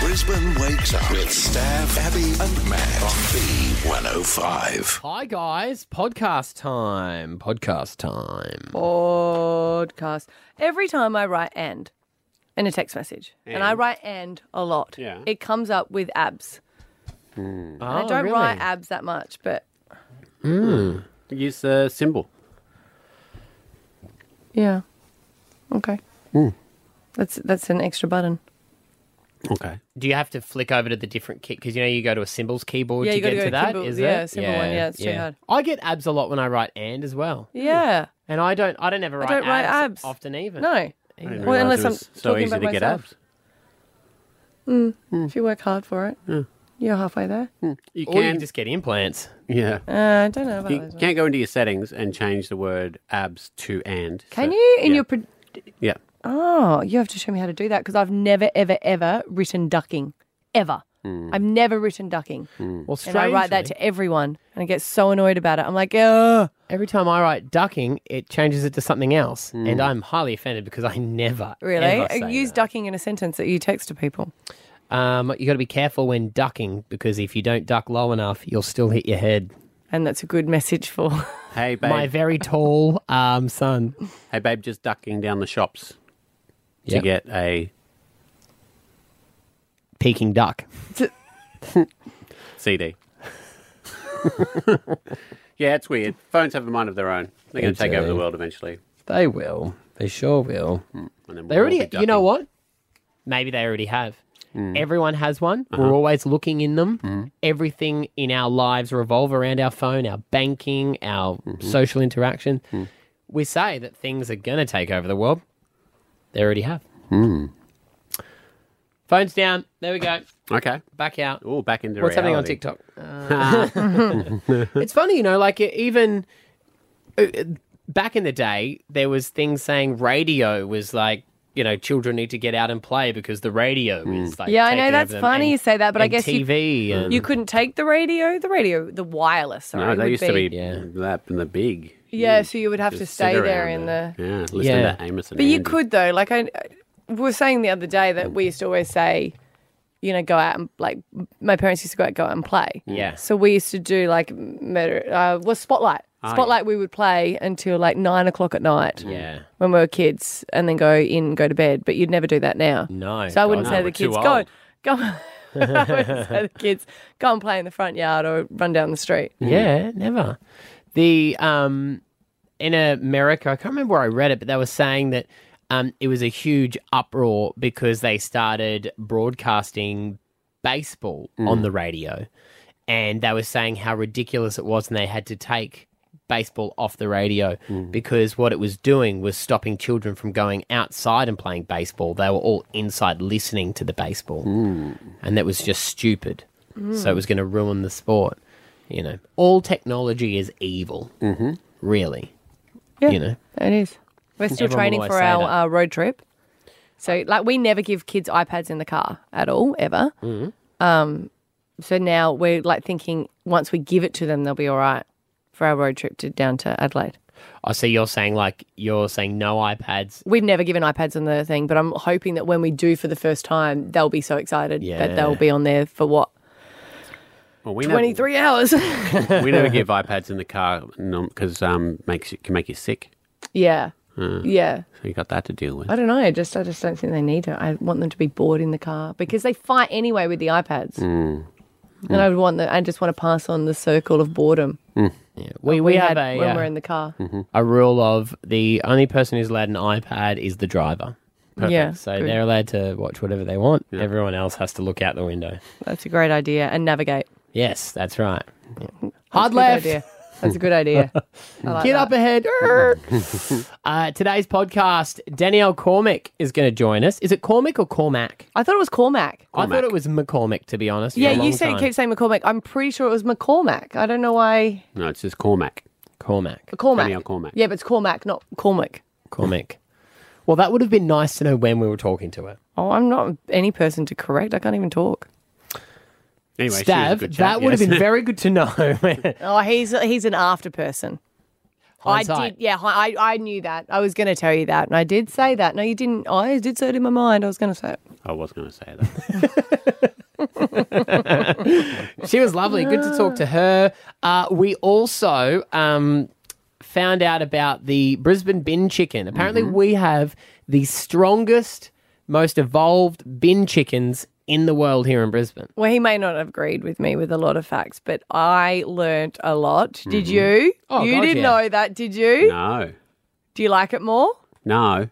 Brisbane wakes up with Stav, Abby, and Matt on B105. Hi guys, podcast time. Podcast time. podcast. Every time I write and in a text message, and, I And. write and a lot, Yeah. it comes up with abs. I Hmm. Oh, don't really? write abs that much, but Use the symbol. yeah, okay. Hmm. That's that's an extra button. Okay. Do you have to flick over to the different key? Because you know you go to a symbols keyboard Yeah, to you gotta get go to that. Is keyboard- it? yeah, symbol one, yeah, it's too hard. I get abs a lot when I write and as well, Yeah, and I don't. I don't ever write, don't write abs. often either. no. Didn't Well, realise unless it I'm was so talking easy about to get myself. abs. If you work hard for it, Hmm. you're halfway there. You Or you can can just get implants. yeah. Uh, I don't know about You those. ones. can't go into your settings and change the word abs to and. Can So- you in yeah. your? Pro- yeah. oh, you have to show me how to do that because I've never, ever, ever written ducking, ever. Hmm. I've never written ducking. Well, And I write that strangely, to everyone, and I get so annoyed about it. I'm like, ugh. every time I write ducking, it changes it to something else, Hmm. and I'm highly offended because I never Really? ever Uh, say Use that. ducking in a sentence that you text to people. Um, you got to be careful when ducking because if you don't duck low enough, you'll still hit your head. And that's a good message for. Hey babe. My very tall um, son. hey babe. Just ducking down the shops to Yep. get a. Peking duck. CD. yeah, it's weird. Phones have a mind of their own. They're going They to take over do. the world eventually. They will. They sure will. And then They we'll all already, be you know ducking. what? Maybe they already have. Everyone has one. We're always looking in them. Everything in our lives revolve around our phone, our banking, our social interaction. We say that things are going to take over the world. They already have. Hmm. Phones down. There we go. Okay. Back out. Oh, back into What's happening on reality. TikTok? Uh, it's funny, you know, like e- even uh, back in the day, there was things saying radio was like, you know, children need to get out and play because the radio is like. Yeah, I taking know over that's them funny and- you say that, but I and guess you- TV and you couldn't take the radio, the radio, the wireless. Sorry, No, would they used to be Yeah. that and the big. Yeah, so you would have to Just stay sit there around in the. there. Yeah, listen Yeah. to Amos and But you Andy. could though. Like I, I- we were saying the other day that we used to always say, you know, go out and like my parents used to go out, go out and play. Yeah. So we used to do like murder. Uh, was spotlight. Spotlight. We would play until like nine o'clock at night. Ah, yeah. When we were kids, and then go in, go to bed. But you'd never do that now. No, So I wouldn't God, say no, to the we're kids too go, go. old. I wouldn't say to the kids go and play in the front yard or run down the street. Yeah, never. The um in America, I can't remember where I read it, but they were saying that um it was a huge uproar because they started broadcasting baseball on the radio. And they were saying how ridiculous it was and they had to take baseball off the radio because what it was doing was stopping children from going outside and playing baseball. They were all inside listening to the baseball. And that was just stupid. So it was going to ruin the sport. You know, all technology is evil. Mm-hmm. Really. Yeah. You know, It is. We're still Everyone training will for say our that. uh, road trip. So, like, we never give kids iPads in the car at all, ever. Um, Mm-hmm. so now we're like thinking once we give it to them, they'll be all right for our road trip to down to Adelaide. I see you're saying like, you're saying no iPads. We've never given iPads on the thing, but I'm hoping that when we do for the first time, they'll be so excited that they'll Yeah. be on there for what Well, we never- twenty three hours. Hmm. we never give iPads in the car because um makes you, can make you sick. yeah, yeah. So you got that to deal with. I don't know. I just I just don't think they need it. I want them to be bored in the car because they fight anyway with the iPads. And I would want that. I just want to pass on the circle of boredom We, we, we, have had a, when uh, we're in the car. a rule of the only person who's allowed an iPad is the driver. Yeah, So good. they're allowed to watch whatever they want. Everyone else has to look out the window. that's a great idea. And navigate. Yes, that's right. That's a Hard good left. idea. That's a good idea. I like Get that. up ahead. uh, today's podcast, Danielle Cormick is going to join us. Is it Cormick or Cormac? I thought it was Cormac. I thought it was McCormick, to be honest. for Yeah, a long you said time. keep saying McCormack. I'm pretty sure it was McCormack. I don't know why No, it's just Cormac. Cormac. Cormac. Danielle Cormack. Yeah, but it's Cormac, not Cormac. Cormick. Well, that would have been nice to know when we were talking to her. Oh, I'm not any person to correct. I can't even talk. Anyway, she was a Stav, good that chat, would have yes. been very good to know. Oh, he's he's an after person. I Hindsight. did. Yeah, hi- I, I knew that. I was going to tell you that, and I did say that. No, you didn't. I did say it in my mind. I was going to say it. I was going to say that. She was lovely. Good to talk to her. Uh, we also um, found out about the Brisbane bin chicken. Apparently, Mm-hmm. we have the strongest, most evolved bin chickens in the world here in Brisbane. Well, he may not have agreed with me with a lot of facts, but I learnt a lot. Did you? Oh, you God, didn't yeah. know that, did you? No, Do you like it more? no.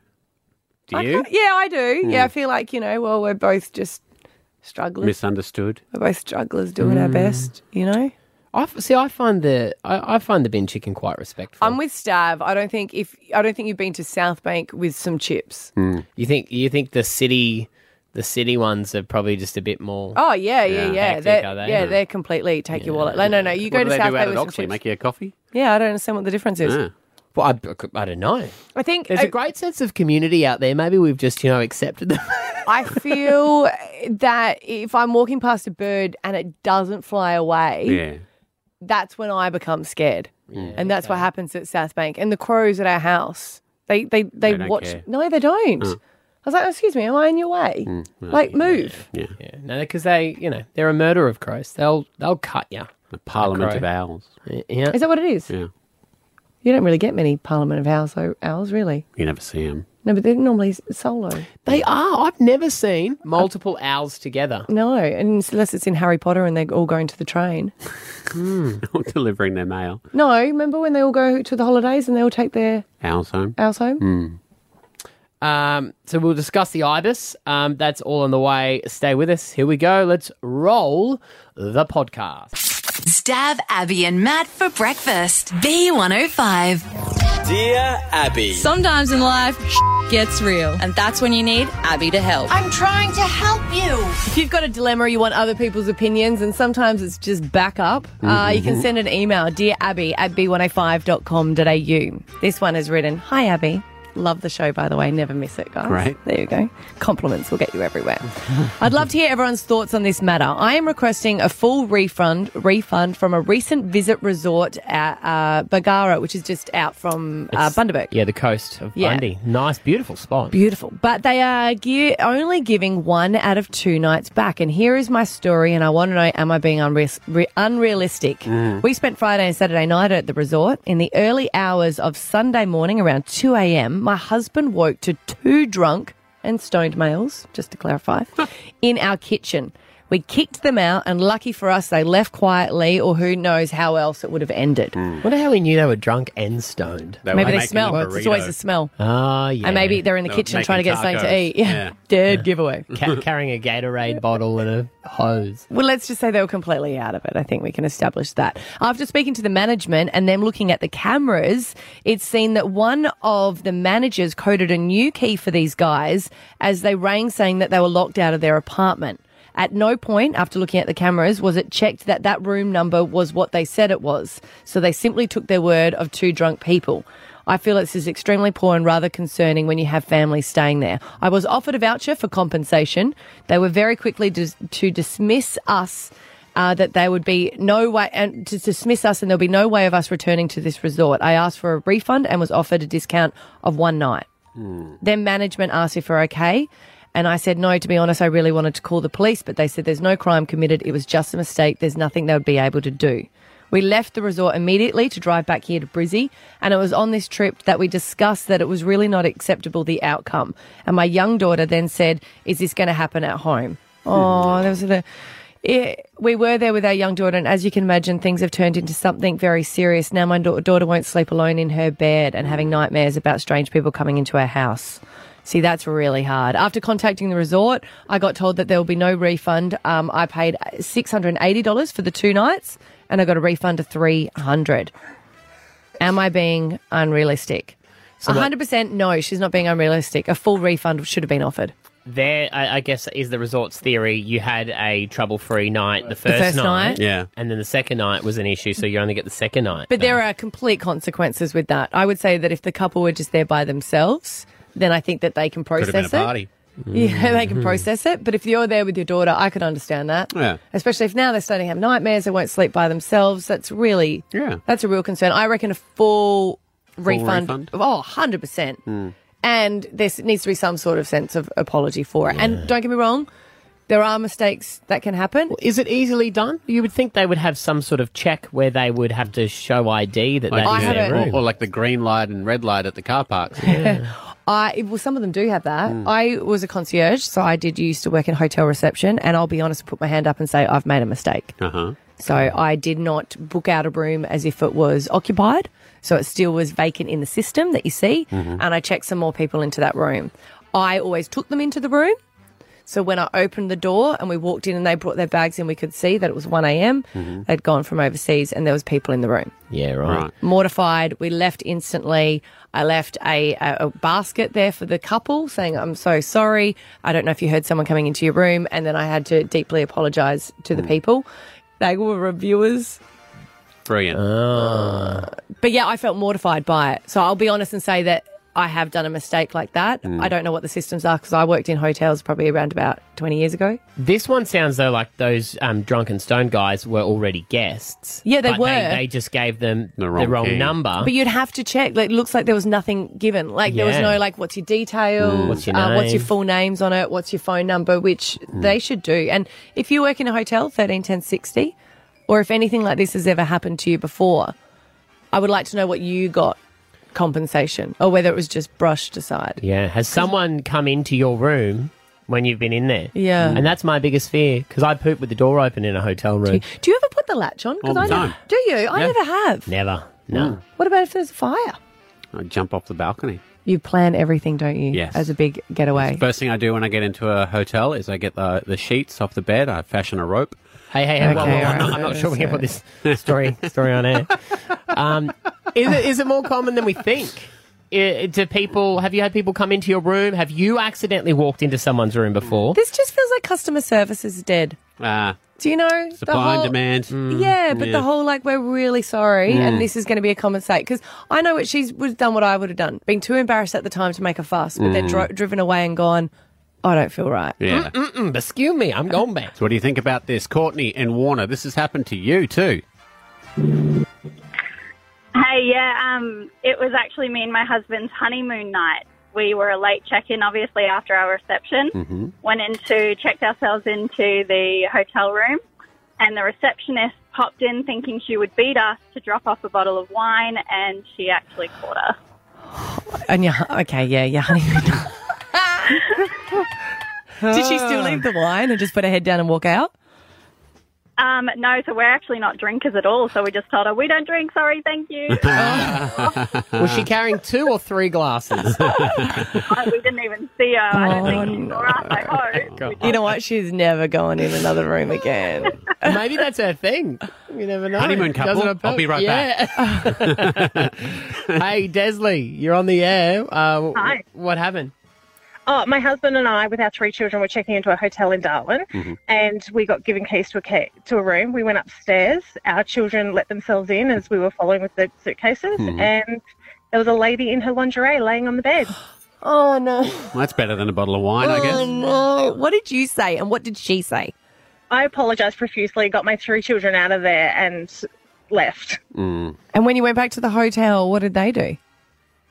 Do I you can't- yeah, I do. Mm. Yeah, I feel like, you know, well, we're both just strugglers. misunderstood? we're both strugglers doing Mm. our best, you know? I f- see. I find the I, I find the bin chicken quite respectful. I'm with Stav. I don't think if I don't think you've been to South Bank with some chips. you think you think the city the city ones are probably just a bit more. Oh yeah, yeah, yeah. Hectic, They're, are they? yeah, Yeah. they're completely take your wallet. No, no, no. You go What do to they South do out Bank at with some Oxley? chips. Make you a coffee? Ah, Yeah, I don't understand what the difference is. Yeah. Well, I, I don't know. I think There's I- a great sense of community out there. Maybe we've just you know accepted them. I feel that if I'm walking past a bird and it doesn't fly away, Yeah. that's when I become scared. and that's what happens at South Bank. And the crows at our house, they they they, They don't watch. care. Ah. No, they don't. I was like, excuse me, am I in your way? like, move. Mm, Yeah. Yeah, no, because they, you know, they're a murderer of crows. They'll they'll cut you. The Parliament Okay. of Owls. Yeah, Is that what it is? Yeah. You don't really get many Parliament of Owls, though, owls really. You never see them. No, but they're normally s- solo. they are. I've never seen multiple owls together. No, and unless it's in Harry Potter and they're all going to the train. delivering their mail. No, remember when they all go to the holidays and they all take their Owls home. owls home? Um, so we'll discuss the ibis. Um, that's all on the way. Stay with us. Here we go. Let's roll the podcast. Stav, Abby, and Matt for breakfast. B105. Dear Abby. Sometimes in life, gets real, and that's when you need Abby to help. I'm trying to help you. If you've got a dilemma, you want other people's opinions, and sometimes it's just back up, uh, you can send an email, dear Abby at b105.com.au. This one is written, Hi Abby. Love the show, by the way. Never miss it, guys. Great. There you go. Compliments will get you everywhere. I'd love to hear everyone's thoughts on this matter. I am requesting a full refund refund from a recent visit resort at uh, Bagara, which is just out from uh, Bundaberg. Yeah, the coast of Yeah. Bundy. Nice, beautiful spot. Beautiful. But they are gi- only giving one out of two nights back. And here is my story, and I want to know am I being unre- re- unrealistic? We spent Friday and Saturday night at the resort. In the early hours of Sunday morning, around 2 a.m., my husband woke to two drunk and stoned males, just to clarify, in our kitchen. We kicked them out, and lucky for us, they left quietly, or who knows how else it would have ended. Wonder how we knew they were drunk and stoned. Maybe they smell. It's always the smell. Ah, yeah. And maybe they're in the Oh, They were kitchen trying to get making something to tacos. eat. Yeah. Yeah. Dead giveaway. Ca- carrying a Gatorade bottle and a hose. Well, let's just say they were completely out of it. I think we can establish that. After speaking to the management and them looking at the cameras, it's seen that one of the managers coded a new key for these guys as they rang saying that they were locked out of their apartment. At no point after looking at the cameras was it checked that that room number was what they said it was. So they simply took their word of two drunk people. I feel this is extremely poor and rather concerning when you have families staying there. I was offered a voucher for compensation. They were very quickly dis- to dismiss us. Uh, that there would be no way and to dismiss us and there'll be no way of us returning to this resort. I asked for a refund and was offered a discount of one night. Then management asked if we're okay. And I said, no, to be honest, I really wanted to call the police, but they said there's no crime committed. It was just a mistake. There's nothing they would be able to do. We left the resort immediately to drive back here to Brizzy. And it was on this trip that we discussed that it was really not acceptable, the outcome. And my young daughter then said, is this going to happen at home? Oh, there was a. It, Eh, we were there with our young daughter, and as you can imagine, things have turned into something very serious. Now my da- daughter won't sleep alone in her bed and having nightmares about strange people coming into our house. See, that's really hard. After contacting the resort, I got told that there will be no refund. Um, I paid six hundred and eighty dollars for the two nights, and I got a refund of three hundred. Am I being unrealistic? One hundred percent. No, she's not being unrealistic. A full refund should have been offered. There, I, I guess, is the resort's theory. You had a trouble-free night the first, first night? Yeah. and then the second night was an issue, so you only get the second night. But there are complete consequences with that. I would say that if the couple were just there by themselves, then I think that they can process Could have been a it. party. Mm-hmm. Yeah, they can process it. But if you're there with your daughter, I could understand that. Yeah. Especially if now they're starting to have nightmares, they won't sleep by themselves. That's really Yeah. That's a real concern. I reckon a full refund. refund? Hmm. Oh, 100%. And there s- needs to be some sort of sense of apology for it. And don't get me wrong, there are mistakes that can happen. Is it easily done? You would think they would have some sort of check where they would have to show ID that Like, that is yeah, I their haven't- room. or, or like the green light and red light at the car parks. I well, some of them do have that. I was a concierge, so I did used to work in hotel reception, and I'll be honest, put my hand up and say I've made a mistake. Uh huh. So I did not book out a room as if it was occupied. So it still was vacant in the system that you see, and I checked some more people into that room. I always took them into the room. So when I opened the door and we walked in and they brought their bags in, we could see that it was 1 a.m. They'd gone from overseas and there was people in the room Yeah, right. Right. mortified. We left instantly. I left a, a, a basket there for the couple saying, I'm so sorry. I don't know if you heard someone coming into your room. And then I had to deeply apologize to the people. They were reviewers. Brilliant. But yeah, I felt mortified by it. So I'll be honest and say that I have done a mistake like that. I don't know what the systems are because I worked in hotels probably around about 20 years ago. This one sounds though like those um, drunken stone guys were already guests. Yeah, they but were. They, just gave them The the wrong wrong, key. number. But you'd have to check. Like, it looks like there was nothing given. Like there was Yeah. no like, what's your details? Mm. What's your Uh, what's your name? full names on it? What's your phone number? Which Mm. they should do. And if you work in a hotel, thirteen ten sixty, or if anything like this has ever happened to you before, I would like to know what you got compensation, or whether it was just brushed aside. yeah, has someone come into your room when you've been in there? Yeah. and that's my biggest fear because I poop with the door open in a hotel room. Do you ever put the latch on? All the I ne- time. do you? I Yeah. never have. Never. No. What about if there's a fire? I jump off the balcony. You plan everything, don't you? Yes. As a big getaway. First thing I do when I get into a hotel is I get the, the sheets off the bed. I fashion a rope. Hey, hey, hey! whoa, Okay, whoa, whoa, all I'm, not, right. I'm not sure we can put this story story on air. Um, is it is it more common than we think? I do people have you had people come into your room? Have you accidentally walked into someone's room before? This just feels like customer service is dead. Uh, Do you know the supply whole- Mm. and demand. Yeah, but Mm, Yeah. Mm. the whole like we're really sorry, and this is going to be a common mistake because I know what she's would have done what I would have done, being too embarrassed at the time to make a fuss, but Mm. then dro- driven away and gone. I don't feel right. Yeah. Mm, Excuse me, I'm going back. So what do you think about this? Courtney and Warner, this has happened to you too. Hey, yeah, um, it was actually me and my husband's honeymoon night. We were a late check-in, obviously after our reception. Went into checked ourselves into the hotel room, and the receptionist popped in thinking she would beat us to drop off a bottle of wine, and she actually caught us. And yeah, okay, yeah, yeah, honey. Did she still leave the wine and just put her head down and walk out? Um, no, so we're actually not drinkers at all. So we just told her we don't drink. Sorry, thank you. Uh, Was she carrying two or three glasses? Uh, we didn't even see her. I don't Oh, think she saw us. I hope. You know what? She's never going in another room again. Maybe that's her thing. You never know. Honeymoon couple. Does it on I'll be right purpose. Yeah. hey, Desley, you're on the air. Uh, Hi. What happened? Oh, my husband and I, with our three children, were checking into a hotel in Darwin, and we got given keys to a ca- to a room. We went upstairs. Our children let themselves in as we were following with the suitcases, and there was a lady in her lingerie laying on the bed. oh no! Well, that's better than a bottle of wine, I Oh guess. no! What did you say? And what did she say? I apologised profusely, got my three children out of there, and left. And when you went back to the hotel, what did they do?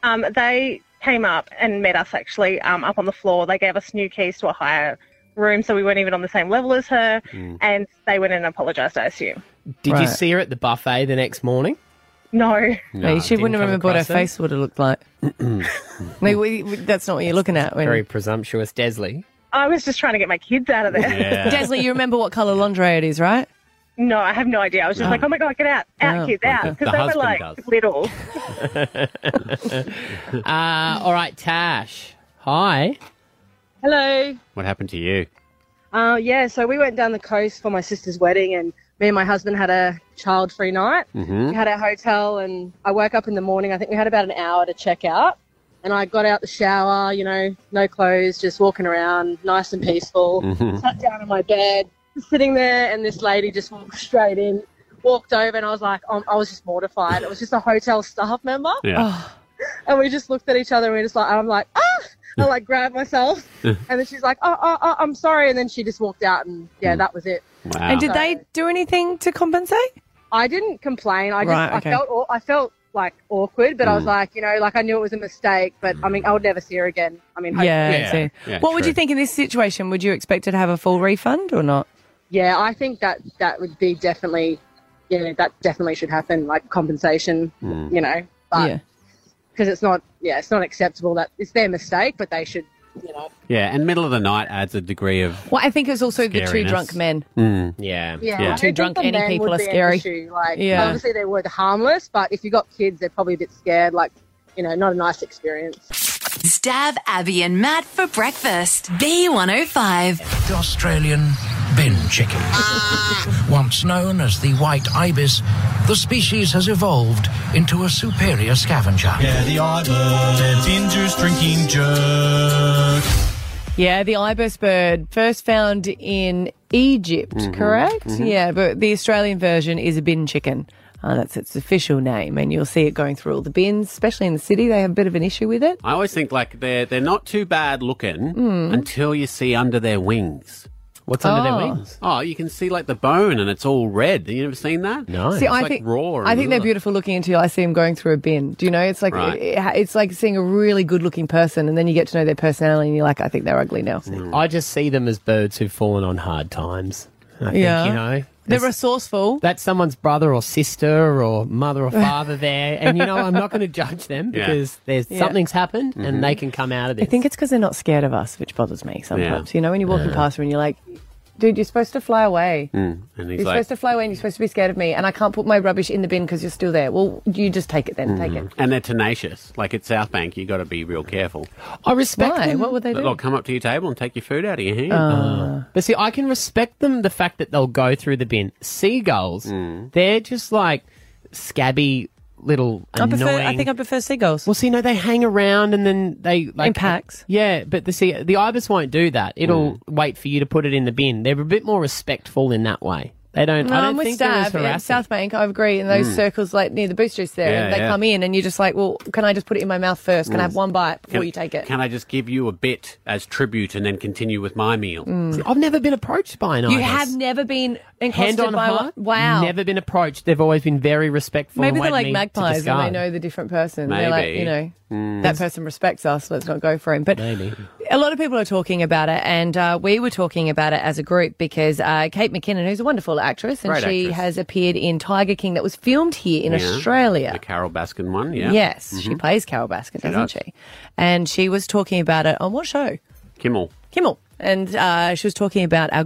Um, they came up and met us actually um, up on the floor. They gave us new keys to a higher room, so we weren't even on the same level as her, and they went and apologised. I assume. Did you Right. see her at the buffet the next morning? No. No, she wouldn't didn't remember come what her across it. face would have looked like. Like, we- we- that's not what you're looking at. When... Very presumptuous, Desley. I was just trying to get my kids out of there. Yeah. Desley, you remember what colour lingerie it is, right? No, I have no idea. I was just like, oh my god, get out, out, Oh, kids, out, okay. The because they were husband like does. little. Uh, all right, Tash. Hi. Hello. what happened to you? Uh, yeah, so we went down the coast for my sister's wedding, and me and my husband had a child free night. We had our hotel, and I woke up in the morning. I think we had about an hour to check out. And I got out the shower, you know, no clothes, just walking around, nice and peaceful. Sat down on my bed, just sitting there, and this lady just walked straight in, walked over, and I was like, um, I was just mortified. It was just a hotel staff member. Oh, Yeah. And we just looked at each other and we just like, I'm like, ah! I like grabbed myself. and then she's like, oh, oh, oh, I'm sorry. And then she just walked out and yeah, Hmm. that was it. Wow. And did they do anything to compensate? I didn't complain. I just, Right, okay. I felt, aw- I felt like awkward, but I was Mm. like, you know, like I knew it was a mistake, but I mean, I would never see her again. I mean, Yeah. hopefully. so- what would you think in this situation? Would you expect her to have a full refund or not? Yeah, I think that that would be definitely, yeah, that definitely should happen, like compensation, Mm. you know, but yeah. because it's not, yeah, it's not acceptable that it's their mistake, but they should, you know. Yeah, and middle of the night adds a degree of. Well, I think it's also the two scariness. drunk men. Mm, yeah. Yeah, I don't think the any men people would are be an scary. issue. Like, Yeah. obviously they were harmless, but if you got kids, they're probably a bit scared. Like, you know, not a nice experience. Stab Abby and Matt for breakfast. B105. The Australian bin chicken. Once known as the white ibis, the species has evolved into a superior scavenger. Yeah, the oddball, ginger's drinking jug. Yeah, the ibis bird first found in Egypt, Mm-hmm. correct? mhm. Yeah, but the Australian version is a bin chicken. Uh, that's its official name, and you'll see it going through all the bins, especially in the city. They have a bit of an issue with it. I always think like they're they're not too bad looking Mm. until you see under their wings. What's under their Oh. wings? Oh, you can see like the bone and it's all red. You never seen that? No. See, Oh, it's I like think raw. I think they're Ugh. beautiful looking until I see them going through a bin. Do you know? It's like Right. it- it's like seeing a really good looking person, and then you get to know their personality, and you're like, I think they're ugly now. I just see them as birds who've fallen on hard times. I Yeah. think, you know. They're there's- resourceful. That's someone's brother or sister or mother or father there. And, you know, I'm not going to judge them Yeah. because there's Yeah. something's happened Mhm. and they can come out of I this. think it's because they're not scared of us, which bothers me sometimes. You know, when you're walking Yeah. past them and you're like, dude, you're supposed to fly away. Mm. And he's you're like, supposed to fly away and you're supposed to be scared of me, and I can't put my rubbish in the bin because you're still there. Well, you just take it then, take it. Mm. Mhm. And they're tenacious. Like at South Bank, you got to be real careful. I respect Why? them. What would they do? They'll come up to your table and take your food out of your hand. Uh, but see, I can respect them the fact that they'll go through the bin. Seagulls, they're just like scabby little I annoying. prefer- I think I prefer seagulls. Well, see, no, they hang around and then they like In packs. Yeah, but the see, the ibis won't do that. It'll wait for you to put it in the bin. They're a bit more respectful in that way. They don't. No, I I'm don't with think they're as Stav in harassing. South Bank. I agree. In those Mm. circles, like near the boosters there, Yeah, and they yeah. come in, and you're just like, well, can I just put it in my mouth first? Can I Mm. have one bite before Can- you take it? Can I just give you a bit as tribute and then continue with my meal? Mm. See, I've never been approached by an you ibis. have never been Hand encrusted on by heart, one. Wow. Never been approached. They've always been very respectful. Maybe and they're waited like me to magpies and they discard. know the different person. They're like, Maybe. you know, Mm. that person respects us, let's not go for him. But Maybe. a lot of people are talking about it, and uh, we were talking about it as a group because uh, Kate McKinnon, who's a wonderful actress, and Great she actress. has appeared in Tiger King that was filmed here in Yeah. Australia. The Carol Baskin one, yeah. Yes, she Mhm. plays Carol Baskin, doesn't does. she, And she was talking about it on what show? Kimmel. Kimmel. And uh, she was talking about our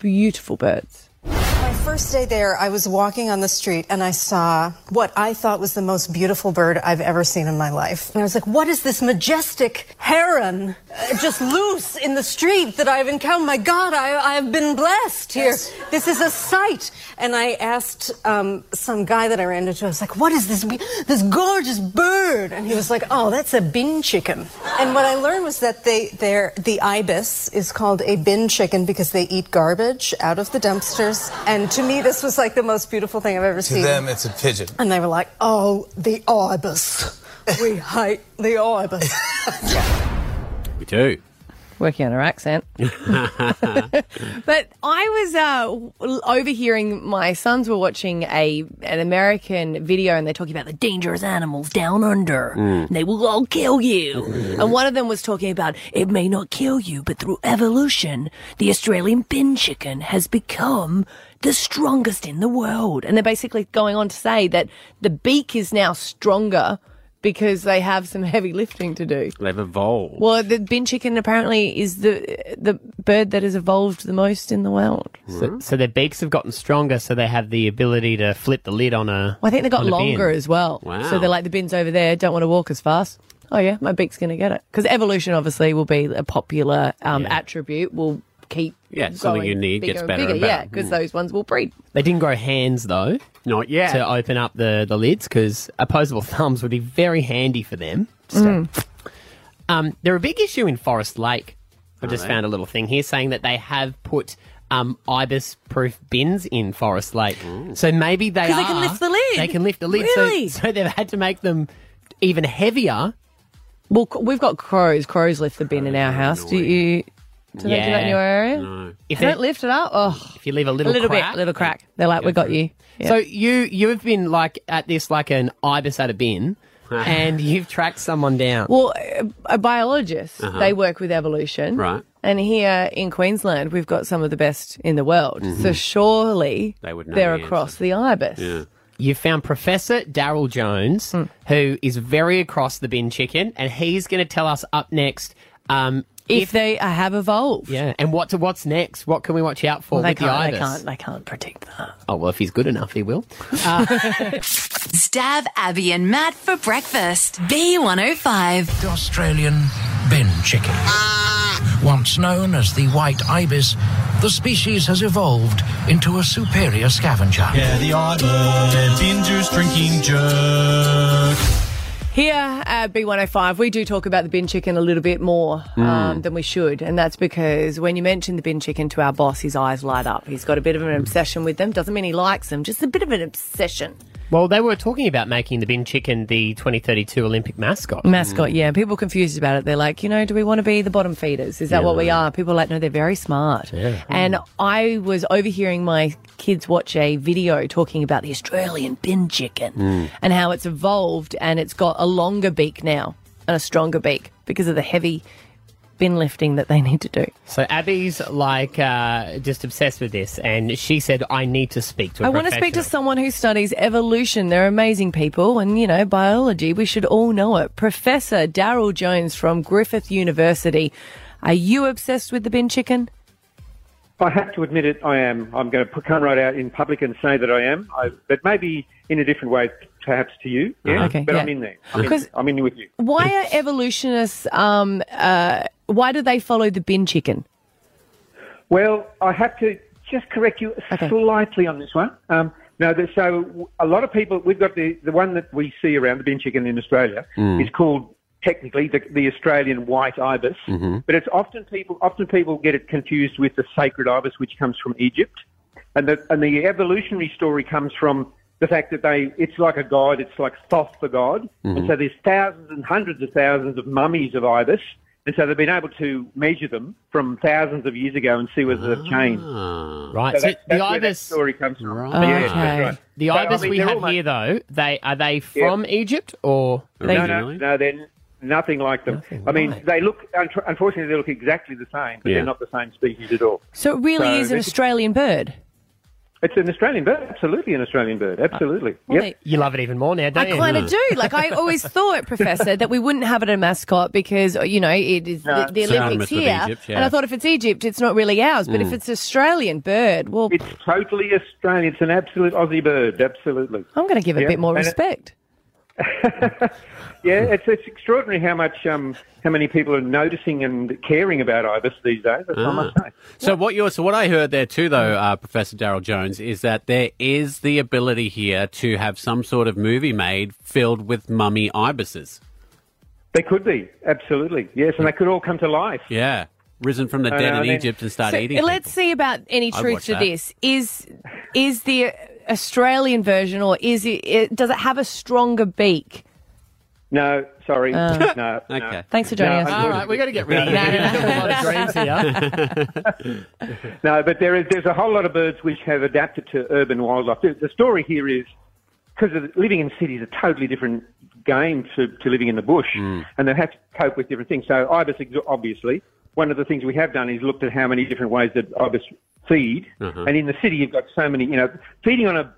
beautiful birds. My first day there, I was walking on the street and I saw what I thought was the most beautiful bird I've ever seen in my life. And I was like, what is this majestic heron uh, just loose in the street that I've encountered? My God, I, I've been blessed here. This is a sight. And I asked um, some guy that I ran into, I was like, what is this, be- this gorgeous bird? And he was like, oh, that's a bin chicken. And what I learned was that they, they're, the ibis is called a bin chicken because they eat garbage out of the dumpsters. And to me, this was like the most beautiful thing I've ever To seen. them, it's a pigeon. And they were like, oh, the ibis. We hate the ibis. We do. Working on her accent. But I was uh, w- overhearing my sons were watching a an American video and they're talking about the dangerous animals down under. Mm. They will all kill you. and one of them was talking about it may not kill you, but through evolution, the Australian bin chicken has become the strongest in the world. And they're basically going on to say that the beak is now stronger because they have some heavy lifting to do. They've evolved. Well, the bin chicken apparently is the the bird that has evolved the most in the world. Mm-hmm. So, so their beaks have gotten stronger, so they have the ability to flip the lid on a. Well, I think they got on a bin. longer as well. Wow. So they're like the bins over there don't want to walk as fast. Oh yeah, my beak's going to get it because evolution obviously will be a popular um, attribute. Will keep Yeah, something going you need bigger gets and better and bigger. better. Yeah, because Mm. those ones will breed. They didn't grow hands though. Not yet. To open up the the lids because opposable thumbs would be very handy for them. Just a- Mm. Um, they're a big issue in Forest Lake. I just they? found a little thing here saying that they have put um, ibis proof bins in Forest Lake. So maybe they 'Cause are. they can lift the lid. They can lift the lid. Really? So, so they've had to make them even heavier Oh, Well, c- we've got crows. Crows left the bin in our house. Do you? Do they do that in your area? No. If they don't lift it up, oh, If you leave a little, a little crack, bit, little crack. They're like, we got you. Yeah. So you you have been like at this like an ibis at a bin, and you've tracked someone down. Well, uh, a- a biologist, Uh-huh. they work with evolution. Right. And here in Queensland, we've got some of the best in the world. So Mhm. surely They would know they're the across the ibis. You found Professor Daryl Jones, Hmm. who is very across the bin chicken, and he's going to tell us up next um, If they uh, have evolved. Yeah, and what to, what's next? What can we watch out for Well, they with can't, the they ibis? can't, they can't predict that. Oh well, if he's good enough, he will. Stab Abby and Matt for breakfast. B105. The Australian bin chicken. Once known as the white ibis, the species has evolved into a superior scavenger. Yeah, the odd that binger's drinking jug. Here uh, at B105, we do talk about the bin chicken a little bit more um, Mm. than we should. And that's because when you mention the bin chicken to our boss, his eyes light up. He's got a bit of an obsession with them. Doesn't mean he likes them, just a bit of an obsession. Well, they were talking about making the bin chicken the 2032 Olympic mascot. Mascot, yeah. People confused about it. They're like, you know, do we want to be the bottom feeders? Is that what we Yeah. are? People are like, no, they're very smart. Yeah. Mm. And I was overhearing my kids watch a video talking about the Australian bin chicken. Mm. and how it's evolved and it's got a longer beak now and a stronger beak because of the heavy bin lifting that they need to do. So Abby's like uh, just obsessed with this, and she said, "I need to speak to." I I want to speak to someone who studies evolution. They're amazing people, and you know, biology, we should all know it. Professor Daryl Jones from Griffith University. Are you obsessed with the bin chicken? I have to admit it, I am. I'm going to put, come right out in public and say that I am, I, but maybe in a different way, perhaps to you. Yeah? Okay, but yeah. I'm in there. I'm, Because- in, I'm in with you. Why are evolutionists, um, uh, why do they follow the bin chicken? Well, I have to just correct you slightly on this one. Um, no, the, so w- a lot of people, we've got the, the one that we see around the bin chicken in Australia Mm. is called technically the, the Australian white ibis, but it's often people often people get it confused with the sacred ibis, which comes from Egypt, and the and the evolutionary story comes from the fact that they it's like a god, it's like Thoth the god, Mhm. and so there's thousands and hundreds of thousands of mummies of ibis, and so they've been able to measure them from thousands of years ago and see whether they've changed. Right, So, so that, that's the where that ibis- story comes from. Right. Yeah, that's right. The So, I ibis mean, we they're have almost- here, though, they are they from Egypt or no, no, no, they're n- nothing like them. I mean, they look un- unfortunately they look exactly the same, but Yeah. they're not the same species at all. So it really So is an this- Australian bird. It's an Australian bird, absolutely an Australian bird, absolutely. Well, yep. You love it even more now, don't I you? kind of do. Like I always thought, Professor, that we wouldn't have it a mascot because you know it is No. the, the Synonymous Olympics with here, Egypt, yeah. and I thought if it's Egypt, it's not really ours. But if Mm. it's Australian bird, well, It's totally Australian. It's an absolute Aussie bird, absolutely. I'm going to give it Yeah, a bit more and it- respect. Yeah, it's it's extraordinary how much um, how many people are noticing and caring about ibis these days. That's all I Ah. must say. So what you so what I heard there too though, uh, Professor Daryl Jones, is that there is the ability here to have some sort of movie made filled with mummy ibises. They could be absolutely yes, and they could all come to life. Yeah, risen from the I dead know, in I mean- Egypt and start So eating. let's see about any I'd truth watch to that. this. Is is the Australian version, or is it, it? Does it have a stronger beak? No, sorry, Oh. no. Okay, Thanks for joining us. All right, we got to get rid of you. You've got a lot of dreams here. no, but there is there's a whole lot of birds which have adapted to urban wildlife. The, the story here is because living in cities is a totally different game to, to living in the bush, and they have to cope with different things. So ibis, ex- obviously, one of the things we have done is looked at how many different ways that ibis feed, Uh-huh. and in the city you've got so many. You know, feeding on a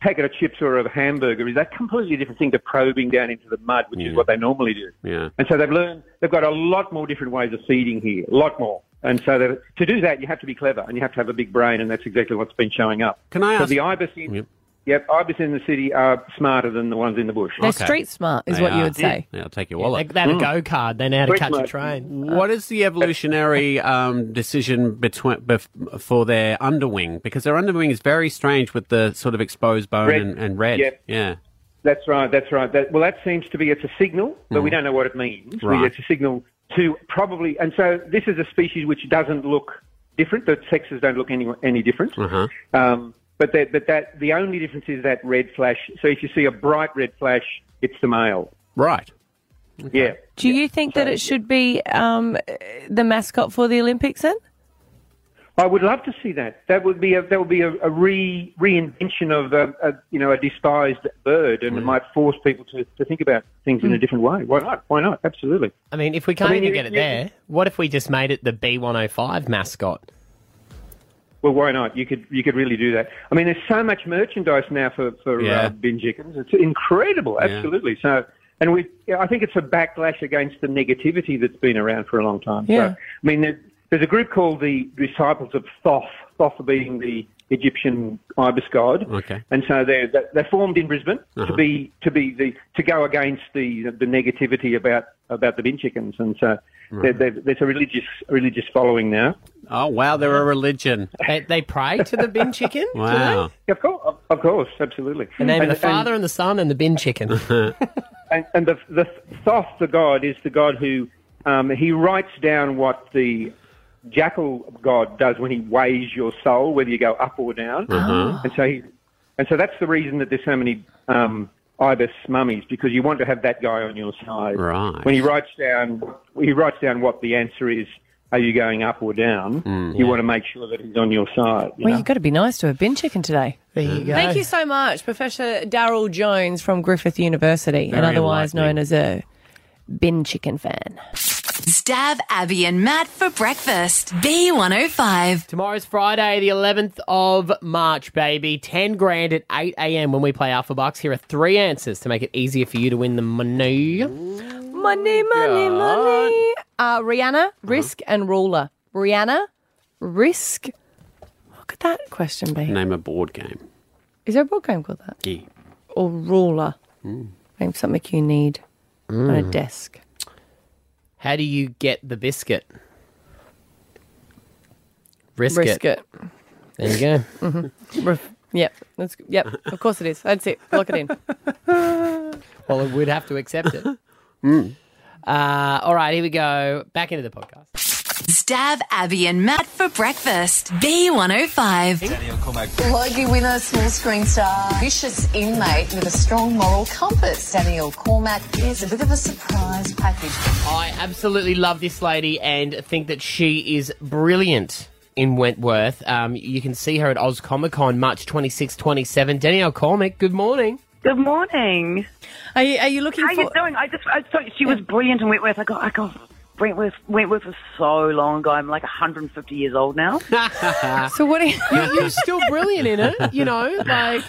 packet of chips or a hamburger is a completely different thing to probing down into the mud, which is what they normally do. Yeah. And so they've learned they've got a lot more different ways of feeding here, a lot more. And so that- to do that, you have to be clever and you have to have a big brain, and that's exactly what's been showing up. Can I So ask- the ibis in, yep. ibis in the city are smarter than the ones in the bush. They're street smart, is They what you are. would say. Yeah, I'll take your wallet. They, they had a go card. They know how to Quick, catch a mate. train. What is the evolutionary um, decision between bef- for their underwing? Because their underwing is very strange with the sort of exposed bone Red. And, and red. Yep. Yeah. That's right. That's right. That, well, that seems to be it's a signal, but we Mm. don't know what it means. We- Right. It's a signal to probably, and so this is a species which doesn't look different. The sexes don't look any any different. Uh-huh. Um, but that, but that the only difference is that red flash. So if you see a bright red flash, it's the male. Right. Yeah. Do you think that it should be um, the mascot for the Olympics then? I would love to see that. That would be a, that would be a, a re, reinvention of a, a you know a despised bird, and it might force people to, to think about things in a different way. Why not? Why not? Absolutely. I mean, if we can't I mean, even you- get it you- there, what if we just made it the B105 mascot? Well, why not? You could you could really do that. I mean, there's so much merchandise now for for Yeah. uh, bin chickens. It's incredible, Yeah. absolutely. So, and we, yeah, I think it's a backlash against the negativity that's been around for a long time. Yeah. So, I mean, there, there's a group called the Disciples of Thoth. Thoth being the Egyptian ibis god. Okay. And so they they- they formed in Brisbane Uh-huh. to be to be the to go against the the negativity about about the bin chickens, and so Right. there- there- there's a religious religious following now. Oh wow, they're a religion. They, they pray to the bin chicken? do they? Wow. Of course, of course, absolutely. The name of And- the Father and the Son and the bin chicken. And, and the, the Thoth, the god, is the god who um, he writes down what the jackal god does when he weighs your soul, whether you go up or down. Uh-huh. And so he, and so that's the reason that there's so many um, ibis mummies because you want to have that guy on your side. Right. When he writes down, he writes down what the answer is. Are you going up or down? Mm. you want to make sure that he's on your side. you well, know? you've got to be nice to a bin chicken today. There you go. Thank you so much, Professor Daryl Jones from Griffith University, and Very otherwise known as a bin chicken fan. Stab Abby and Matt for breakfast. B105. Tomorrow's Friday, the 11th of March, baby. 10 grand at 8 a.m. when we play Alpha Bucks. Here are three answers to make it easier for you to win the money. Money, money, money. Uh, Rihanna, risk and ruler. Rihanna, risk. What could that question be? Name a board game. Is there a board game called that? Yeah. Or ruler? Name something you need on a Mm. desk. How do you get the biscuit? Risk, Risk it. There you go. Ref- yep. That's, yep. Of course it is. That's it. Lock it in. Well, it would have to accept it. Mm. Uh, all right, here we go. Back into the podcast. Stab Abby and Matt for breakfast. B105. Logie winner, small screen star, vicious inmate with a strong moral compass. Daniel Cormack is a bit of a surprise package. I absolutely love this lady and think that she is brilliant in Wentworth. Um, you can see her at Oz Comic Con March 26, 27. Danielle Cormick, good morning. Good morning. Are you, are you looking How you doing? I just I thought she was brilliant in Wentworth. I got I got Wentworth Wentworth was so long ago. I'm like 150 years old now. so what are you, you're still brilliant in it, you know? Like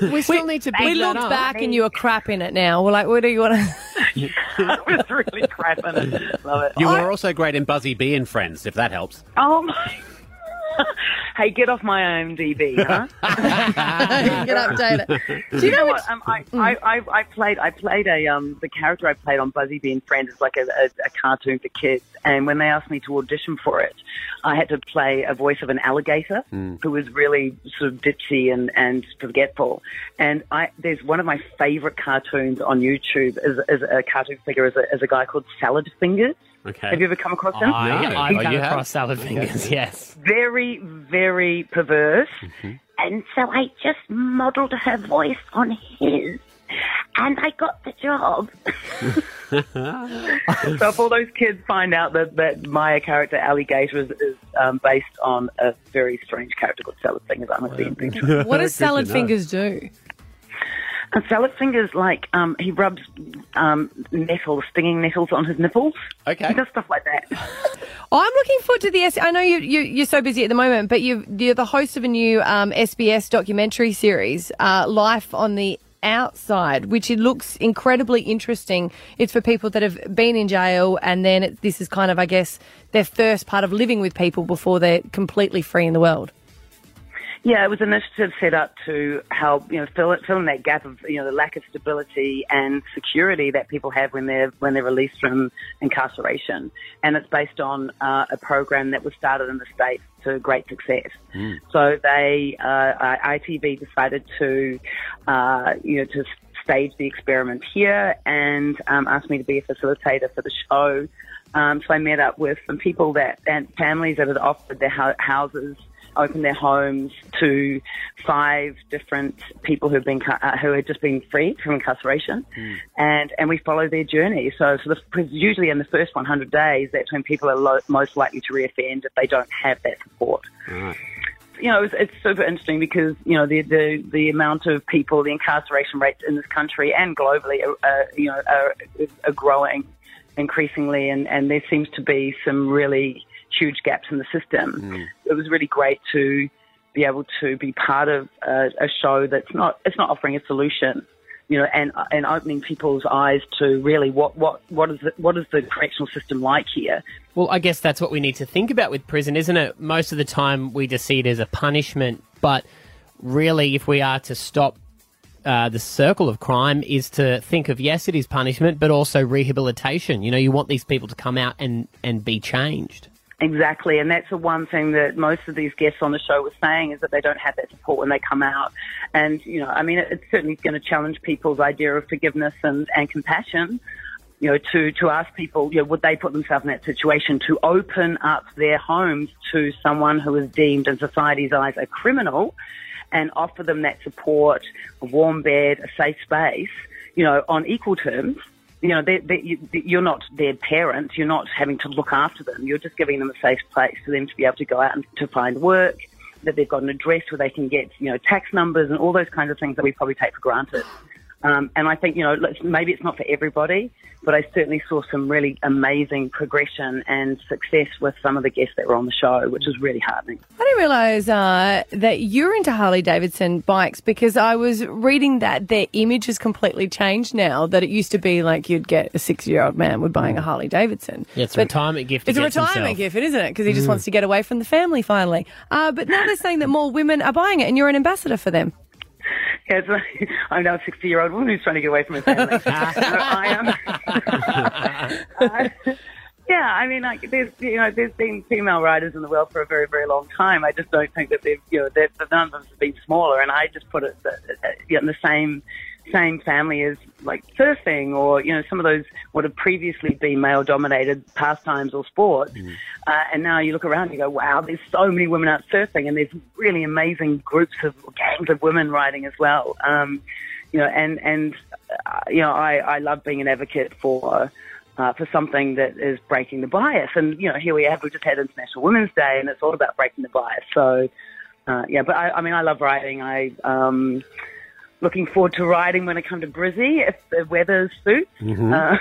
we still need to We big that looked up. back and you were crap in it now. We're like, what do you want to. I was really crapping. it. Love it. You were also great in Buzzy Bee and Friends, if that helps. Oh my. hey, get off my IMDb, huh? you can update it. Do you know what? Um, I, I, I, I played I played a um the character I played on Buzzy Bee and Friends is like a, a, a cartoon for kids, and when they asked me to audition for it, I had to play a voice of an alligator Mm. who was really sort of ditzy and, and forgetful. And I there's one of my favourite cartoons on YouTube is, is a cartoon figure is a, is a guy called Salad Fingers. Okay. Have you ever come across him? I, I've He's come across salad fingers, yes. Very, very perverse. And so I just modelled her voice on his. And I got the job. so if all those kids find out that, that my character, Alligator, is, is um, based on a very strange character called Salad Fingers, I'm a What does salad fingers do? And Salad Fingers, like, um, he rubs um, nettles, stinging nettles on his nipples. Okay. He does stuff like that. Oh, I'm looking forward to the S. I know you, you you're so busy at the moment, but you you're the host of a new um, SBS documentary series, uh, Life on the Outside, which it looks incredibly interesting. It's for people that have been in jail, and then it, this is kind of, I guess, their first part of living with people before they're completely free in the world. Yeah, it was an initiative set up to help you know fill it, fill in that gap of you know the lack of stability and security that people have when they're when they're released from incarceration, and it's based on uh, a program that was started in the states to great success. So they uh, uh, ITV decided to uh, you know to stage the experiment here and um, asked me to be a facilitator for the show. Um, so I met up with some people that and families that had offered their hou- houses, opened their homes to five different people who've been cu- uh, who had just been free from incarceration, and and we follow their journey. So for the, 'cause usually in the first 100 days, that's when people are lo- most likely to reoffend if they don't have that support you know, it's, it's super interesting because you know the, the the amount of people, the incarceration rates in this country and globally, are, are you know, are, are growing increasingly, and, and there seems to be some really huge gaps in the system. It was really great to be able to be part of a, a show that's not it's not offering a solution, you know, and and opening people's eyes to really what what what is the, what is the correctional system like here. Well, I guess that's what we need to think about with prison, isn't it? Most of the time, we just see it as a punishment, but really, if we are to stop uh, the circle of crime, is to think of yes, it is punishment, but also rehabilitation. You know, you want these people to come out and and be changed. Exactly, and that's the one thing that most of these guests on the show were saying is that they don't have that support when they come out. And you know, I mean, it- it's certainly going to challenge people's idea of forgiveness and, and compassion. You know, to to ask people, you know, would they put themselves in that situation to open up their homes to someone who is deemed in society's eyes a criminal, and offer them that support, a warm bed, a safe space, you know, on equal terms. You know, they, they, you, you're not their parent. You're not having to look after them. You're just giving them a safe place for them to be able to go out and to find work, that they've got an address where they can get, you know, tax numbers and all those kinds of things that we probably take for granted. Um, and I think, you know, let's- maybe it's not for everybody, but I certainly saw some really amazing progression and success with some of the guests that were on the show, which was really heartening. I didn't realize uh, that you're into Harley Davidson bikes because I was reading that their image has completely changed now. That it used to be like you'd get a six year old man with buying a Harley Davidson. Yeah, it's a But retirement gift. he It's a gets retirement himself. gift, isn't it? Because he just Mm. wants to get away from the family finally. Uh, but now they're saying that more women are buying it, and you're an ambassador for them. Yeah, it's like- I'm now a 60 year old woman who's trying to get away from her family. No, I am. yeah, I mean, like, there's you know, there's been female riders in the world for a very, very long time. I just don't think that they've you know that the numbers have been smaller, and I just put it uh, uh, you know, in the same same family as like surfing or you know some of those what have previously been male dominated pastimes or sports uh, and now you look around and you go wow there's so many women out surfing and there's really amazing groups of gangs of women riding as well um, you know and and uh, you know I, I love being an advocate for uh, for something that is breaking the bias and you know here we have we just had International Women's Day and it's all about breaking the bias so uh, yeah but I, I mean I love riding I um, looking forward to riding when I come to Brizzy if the weather suits. Uh,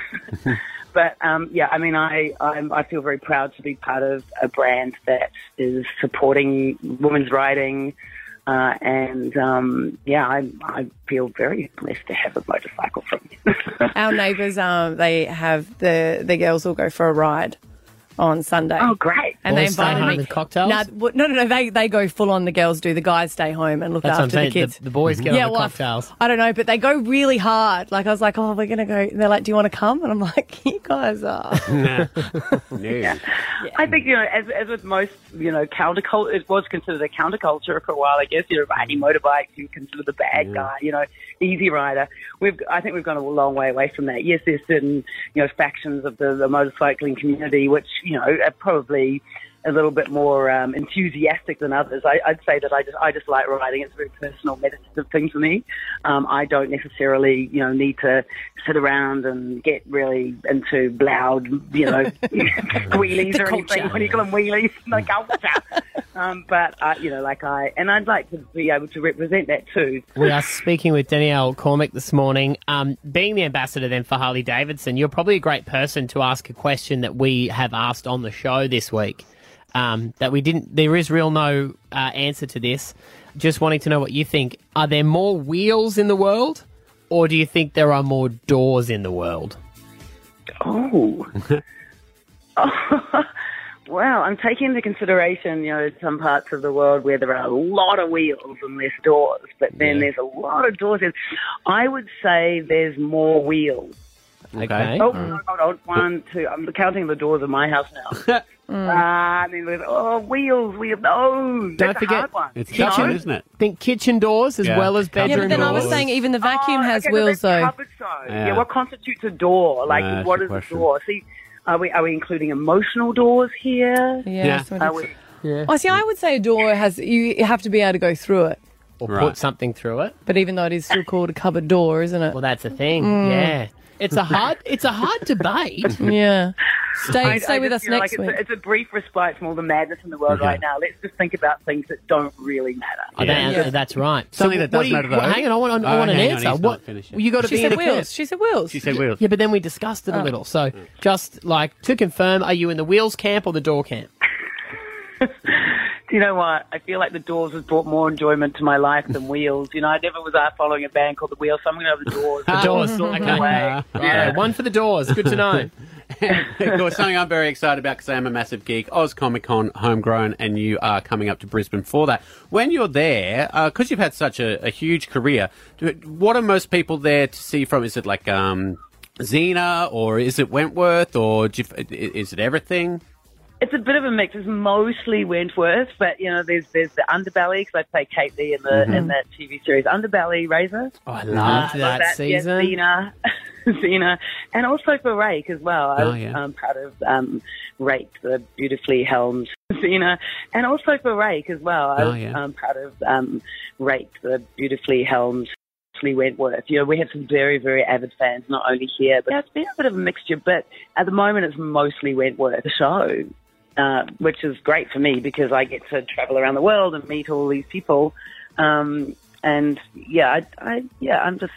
but um, yeah, I mean, I I'm, I feel very proud to be part of a brand that is supporting women's riding. Uh, and um, yeah, I, I feel very blessed to have a motorcycle from you. Our neighbours, um, they have the the girls all go for a ride on Sunday. Oh, great. And Boys they stay invited home me. with cocktails? Nah, w- no, no, no. They they go full on. The girls do. The guys stay home and look That's what I'm after the saying. kids. Mm-hmm. The, the boys get yeah, on the well, I- cocktails. I don't know, but they go really hard. Like I was like, oh, we're gonna go. And they're like, do you want to come? And I'm like, you guys are. Yeah. I think, you know, as, as with most, you know, counterculture, it was considered a counterculture for a while, I guess. You're riding motorbikes, you're considered the bad guy, you know, easy rider. We've, I think we've gone a long way away from that. Yes, there's certain, you know, factions of the, the motorcycling community, which, you know, are probably a little bit more um, enthusiastic than others. I, I'd say that I just, I just like riding. It's a very personal, meditative thing for me. Um, I don't necessarily, you know, need to sit around and get really into loud, you know, wheelies The or anything. culture. What do you call them? Wheelies? The culture. um, but I, you know, like I, and I'd like to be able to represent that too. We are speaking with Danielle Cormick this morning. Um, being the ambassador then for Harley Davidson, you're probably a great person to ask a question that we have asked on the show this week. Um, that we didn't. There is real no uh, answer to this. Just wanting to know what you think. Are there more wheels in the world, or do you think there are more doors in the world? Oh. Well, I'm taking into consideration, you know, some parts of the world where there are a lot of wheels and less doors, but then Yeah. there's a lot of doors. I would say there's more wheels. Okay. Mm. Oh, hold on, hold on. One, two. I'm counting the doors of my house now. Mm. Ah, and then there's, oh, wheels, wheels. Oh, Don't that's forget, a hard one. it's You know? kitchen, isn't it? Think kitchen doors as Yeah. well as Yeah, bedroom yeah, but then I was doors. saying even the vacuum has Oh, okay, but wheels that's though. covered, so. Yeah. Yeah. what constitutes a door? Like, Yeah, that's what the is question. a door? See, Are we are we including emotional doors here? Yeah. sort Are of. we, Oh, see, I would say a door has you have to be able to go through it. Or Right. put something through it. But even though it is still called a cupboard door, isn't it? Well, that's the thing. Mm. Yeah. It's a hard it's a hard debate. yeah. Stay I- stay I with just us feel like next it's week. A, it's a brief respite from all the madness in the world right now. Let's just think about things that don't really matter. I don't- Oh, That's right. Something that what does do you- matter, though. well, Hang on, I want, I Oh, want an hang on, answer. he's not what finished yet. you got to She be said in a wheels. She said wheels. She said wheels. Yeah, but then we discussed it a Oh. little. So just like to confirm, are you in the wheels camp or the door camp? Do you know what? I feel like the Doors has brought more enjoyment to my life than Wheels. You know, I never was out following a band called the Wheels, so I'm going to have the Doors. The doors. all the okay. way. Right. One for the doors. Good to know. of course, something I'm very excited about because I am a massive geek. Oz Comic Con, homegrown, and you are coming up to Brisbane for that. When you're there, because you've had such a, a huge career, do- what are most people there to see from? Is it like um, Xena, or is it Wentworth, or do you, f- i- is it everything? It's a bit of a mix. It's mostly Wentworth, but you know, there's there's the Underbelly because I play Kate Lee in the in Mm-hmm. Mhm. that TV series Underbelly Razor. Oh, I Ah, loved that season. Yeah, Xena, Xena, and also for Rake as well. I Oh, was yeah. um, proud of um, Rake, the beautifully helmed Xena, and also for Rake as well. I Oh, was yeah. um, proud of um, Rake, the beautifully helmed. Lee Wentworth. You know, we have some very, very avid fans, not only here, but it's been a bit of a mixture. But at the moment, it's mostly Wentworth the show, uh, which is great for me because I get to travel around the world and meet all these people. Um, and yeah, I, I, yeah, I'm just.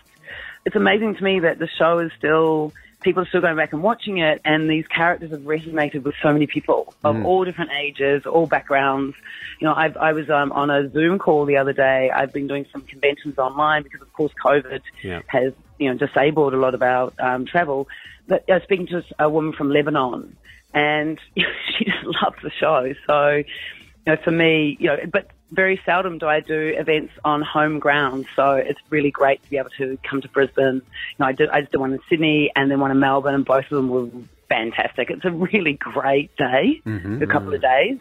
It's amazing to me that the show is still. People are still going back and watching it, and these characters have resonated with so many people of Mm. all different ages, all backgrounds. You know, I've, I was um, on a Zoom call the other day. I've been doing some conventions online because, of course, COVID Yeah. has you know disabled a lot of our um, travel. But I was speaking to a woman from Lebanon, and she just loves the show. So, you know, for me, you know, but very seldom do I do events on home ground. So it's really great to be able to come to Brisbane. You know, I did I did one in Sydney and then one in Melbourne, and both of them were fantastic. It's a really great day, Mhm. a couple of days.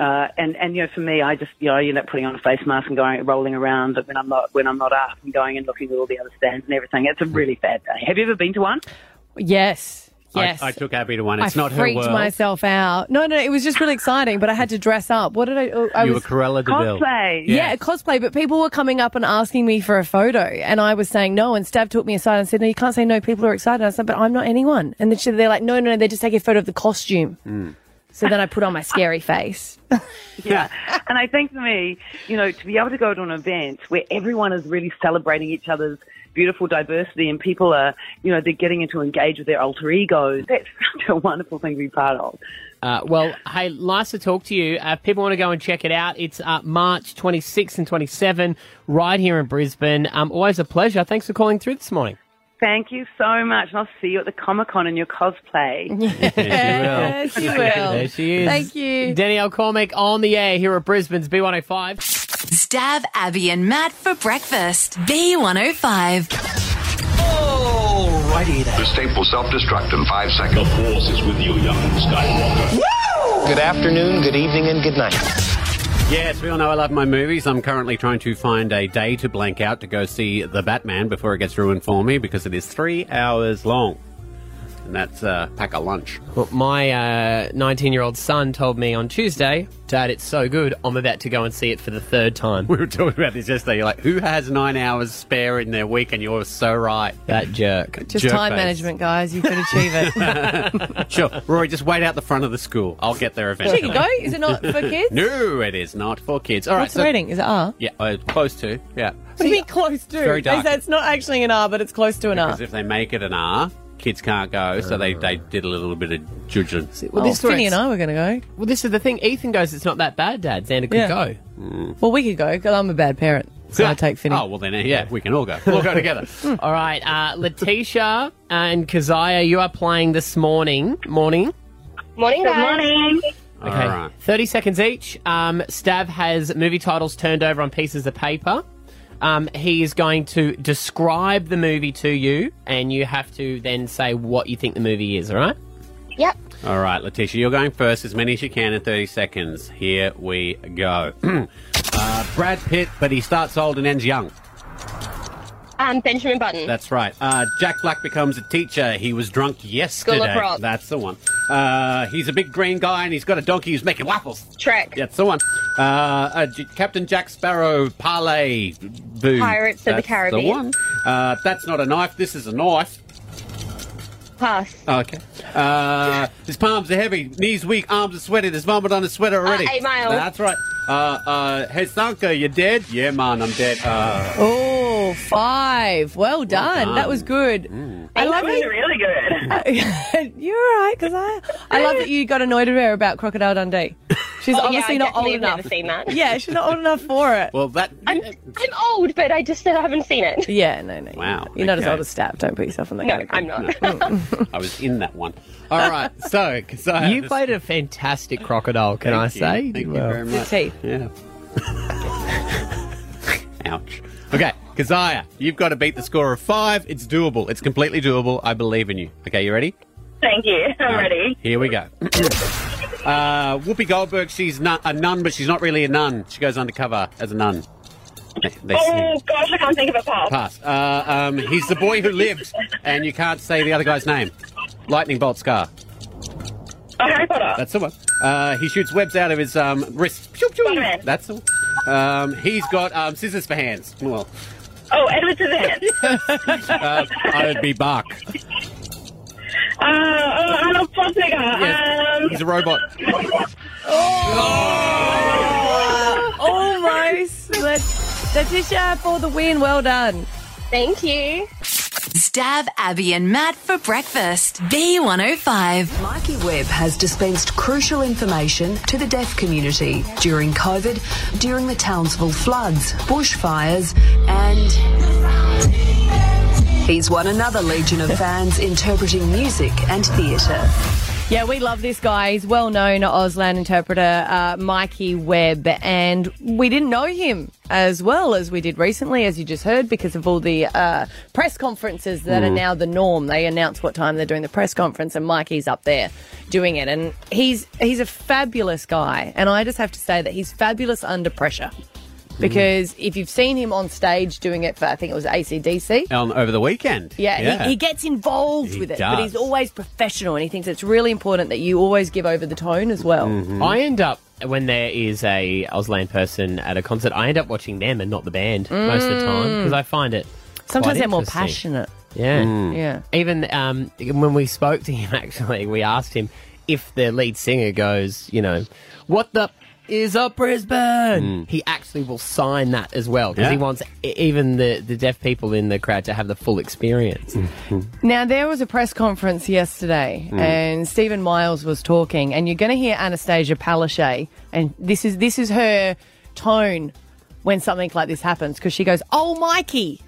Uh, and and you know, for me, I just you know, I end up putting on a face mask and going rolling around. But when I'm not when I'm not up and going and looking at all the other stands and everything, it's a really bad day. Have you ever been to one? Yes. I- Yes. I, took Abby to one. It's I not her freaked world. myself out. No, no, it was just really exciting, but I had to dress up. What did I? oh, I You was, were Cruella de Vil. Cosplay. Yeah. Yeah. cosplay. But people were coming up and asking me for a photo, and I was saying no. And Stav took me aside and said, "No, you can't say no. People are excited." I said, "But I'm not anyone." And then she, they're like, "No, no, no. They're just taking a photo of the costume." So then I put on my scary face. Yeah. and I think for me, you know, to be able to go to an event where everyone is really celebrating each other's beautiful diversity and people are, you know, they're getting into engage with their alter egos. That's such a wonderful thing to be part of. Uh, well, hey, nice to talk to you. Uh, if people want to go and check it out, it's uh, March 26th and 27th right here in Brisbane. Um, always a pleasure. Thanks for calling through this morning. Thank you so much, and I'll see you at the Comic Con in your cosplay. Yes, you will. there she is. Thank you. Danielle Cormick on the air here at Brisbane's B105. Stab Abby and Matt for breakfast. B105. Alrighty then. The staple self-destruct in five seconds. The force is with you, young Skywalker. Good afternoon, good evening, and good night. Yes, we all know I love my movies. I'm currently trying to find a day to blank out to go see The Batman before it gets ruined for me because it is three hours long. And that's a pack of lunch. Well, my 19 year old son told me on Tuesday, Dad, it's so good. I'm about to go and see it for the third time. We were talking about this yesterday. You're like, who has nine hours spare in their week? And you're so right. That jerk. Just time management, guys. You can achieve it. management. sure. Rory, just wait out the front of the school. I'll get there There eventually. you go. Is it not for kids? No, it is not for kids. All right. What's the rating? Is it R? Yeah, uh, close to. Yeah. What do you mean close to? It's very dark. They say it's not actually an R, but it's close to an R. Because if they make it an R, kids can't go, so they, they did a little bit of jujitsu. Well, this Finny and I were going to Well, this is the thing. Ethan goes, it's not that bad, Dad. Xander could Yeah. go. go. Well, we could go because I'm a bad parent, so I take Finny. Hmm. Oh, well, then, yeah, we can all go. We'll go together. All right. Uh, Letitia and Keziah, you are playing this morning. Morning. Morning, Good guys. morning. Okay. 30 seconds each. Um, Stav has movie titles turned over on pieces of paper. Um, he is going to describe the movie to you, and you have to then say what you think the movie is, all right? Yep. All right, Letitia, you're going first, as many as you can in 30 seconds. Here we go. uh, Brad Pitt, but he starts old and ends young. Uh, Um, Benjamin Button. That's right. Uh, Jack Black becomes a teacher. He was drunk yesterday. Rock. That's the one. Uh, he's a big green guy and he's got a donkey who's making waffles. Trek. That's the one. Uh, uh, J- Captain Jack Sparrow, Parlay, Boo. Pirates of the That's Caribbean. The one. Uh, that's not a knife. This is a knife. Pass. Okay. Uh, his palms are heavy, knees weak, arms are sweaty. There's vomit on his sweater already. Uh, Eight Mile. That's right. Uh, uh, hey, Sanka, you dead? Yeah, man, I'm dead. Uh, Oh, five. Well done. That was good. I love was you. really good. You're all right because I I love that you got annoyed at her about Crocodile Dundee. She's Oh, yeah, obviously I not old definitely have enough. never seen that. Yeah, she's not old enough for it. Well, that I'm, I'm old, but I just uh, haven't seen it. Yeah, no, no. Wow. You're not as okay. old as Stab. Don't put yourself in that No, category. I'm not. I was in that one. All right. So, so you played a fantastic crocodile. Can I Thank you. say? Thank did you well. very much. Yeah. Ouch. Okay, Keziah, you've got to beat the score of five. It's doable. It's completely doable. I believe in you. Okay, you ready? Thank you. I'm All right, ready. Here we go. uh, Whoopi Goldberg, she's nu- a nun, but she's not really a nun. She goes undercover as a nun. They- they Oh, gosh, I can't think of a pass. Pass. Uh, um, he's the boy who lived, and you can't say the other guy's name. Lightning Bolt Scar. Oh, Harry Potter. That's the one. Uh, he shoots webs out of his um, wrist. Pew, pew. That's the one. Um, he's got um, scissors for hands. Well, Oh, Edward Scissorhands. uh, I'd be Bark. uh, oh, Ah, Arnold Schwarzenegger. Um, He's a robot. Almost. Let- Letitia for the win. Well done. Thank you. Stab Abby and Matt for breakfast. B105. Mikey Webb has dispensed crucial information to the deaf community during COVID, during the Townsville floods, bushfires, and he's won another legion of fans interpreting music and theatre. Yeah, we love this guy. He's well known Auslan interpreter uh, Mikey Webb, and we didn't know him as well as we did recently, as you just heard, because of all the uh, press conferences that are Mm. now the norm. They announce what time they're doing the press conference, and Mikey's up there doing it. And he's he's a fabulous guy, and I just have to say that he's fabulous under pressure. Because if you've seen him on stage doing it for, I think it was ACDC. Um, over the weekend. Yeah, He, he gets involved He with it, does. but he's always professional, and he thinks it's really important that you always give over the tone as well. Mm. I end up when there is a Auslan person at a concert, I end up watching them and not the band most of the time Mm. because I find it Sometimes quite they're more interesting. passionate. Yeah, Mm. Yeah. Even um, when we spoke to him, actually, we asked him if the lead singer goes, you know, what the is up Brisbane? He actually will sign that as well because he Yeah. wants e- even the the deaf people in the crowd to have the full experience. Now there was a press conference yesterday, Mm. and Stephen Miles was talking, and you're going to hear Anastasia Palaszczuk, and this is this is her tone when something like this happens because she goes, "Oh, Mikey."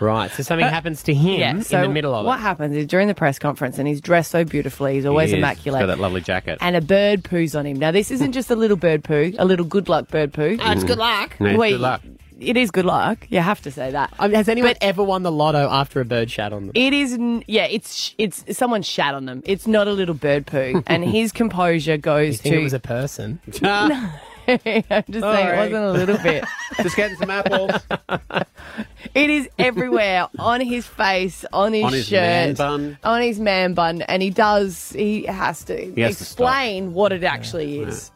right. So something happens to him Uh, Yeah, so in the middle of what it. happens is during the press conference, and he's dressed so beautifully. He's always He is. immaculate. Got that lovely jacket. and a bird poos on him. Now, this isn't just a little bird poo, a little good luck bird poo. Oh, it's good luck. Yeah, it's Wait, good luck. It is good luck. You have to say that. Um, I mean, Um, has anyone ever won the lotto after a bird shat on them? It is, n- yeah. It's sh- it's someone shat on them. It's not a little bird poo, and his composure goes You think to. it was a person? I'm just saying, it Sorry. wasn't a little bit. Just getting some apples. It is everywhere on his face, on his On his shirt, man bun. on his man bun, and he does. He has to He has to stop. explain what it actually is.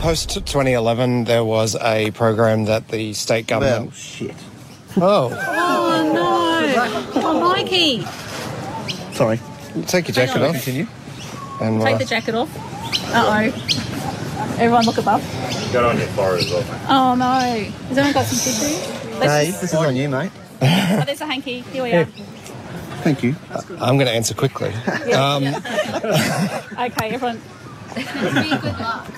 Post 2011, there was a program that the state government. Oh, shit. Oh, Oh no! Oh, Mikey, sorry. Take your Hang jacket on. off. Continue. And take uh, the jacket off. Uh oh. Everyone, look above. Got on your forehead as well. Oh no! Has anyone got some tissue? hey, this is on you, mate. Oh, there's a hanky. Here we are. Thank you. I'm going to answer quickly. Yeah, um, yeah. okay, everyone. Be good luck.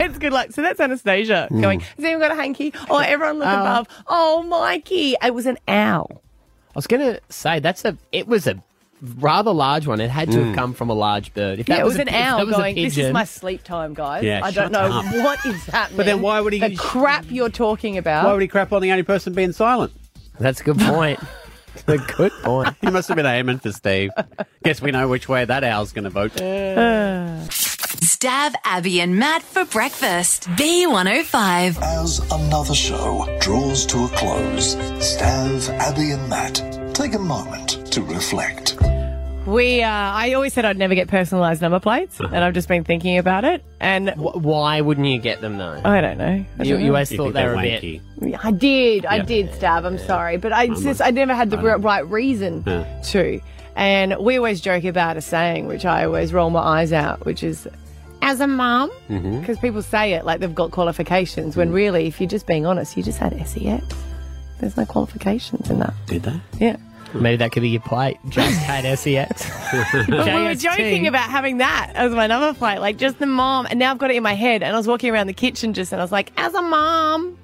It's good luck. So that's Anastasia Hmm. Mm. going, Has anyone got a hanky? Oh, everyone Uh, look above. Oh, Mikey. It was an owl. I was going to say that's a. It was a rather large one. It had to have Mm. come from a large bird. If Yeah, that it was, an a, pi- if owl that was a going, This is pigeon- my sleep time, guys. Yeah, I shut don't know up." what is happening. But then why would he The use- crap you're talking about. Why would he crap on the only person being silent? That's a good point. a good point. he must have been aiming for Steve. Guess we know which way that owl's going to vote. Uh. Stab Abby and Matt for breakfast. B105. As another show draws to a close, Stav, Abby, and Matt take a moment to reflect. We, uh, I always said I'd never get personalised number plates, Uh-huh. and I've just been thinking about it. And why wouldn't you get them though? I don't know. I You, don't you know. always thought they were a bit. I did, I Yeah. did stab. I'm sorry, but I just I never had the r- right reason Yeah. to. And we always joke about a saying, which I always roll my eyes out, which is, "As a mum," Mhm. because people say it like they've got qualifications, when really, if you're just being honest, you just had SEX. There's no qualifications in that. Did they? Yeah. Maybe that could be your plate. Just had E SEX. But we were JST. joking about having that as my number plate, like just the mom. And now I've got it in my head. And I was walking around the kitchen just, and I was like, as a mom.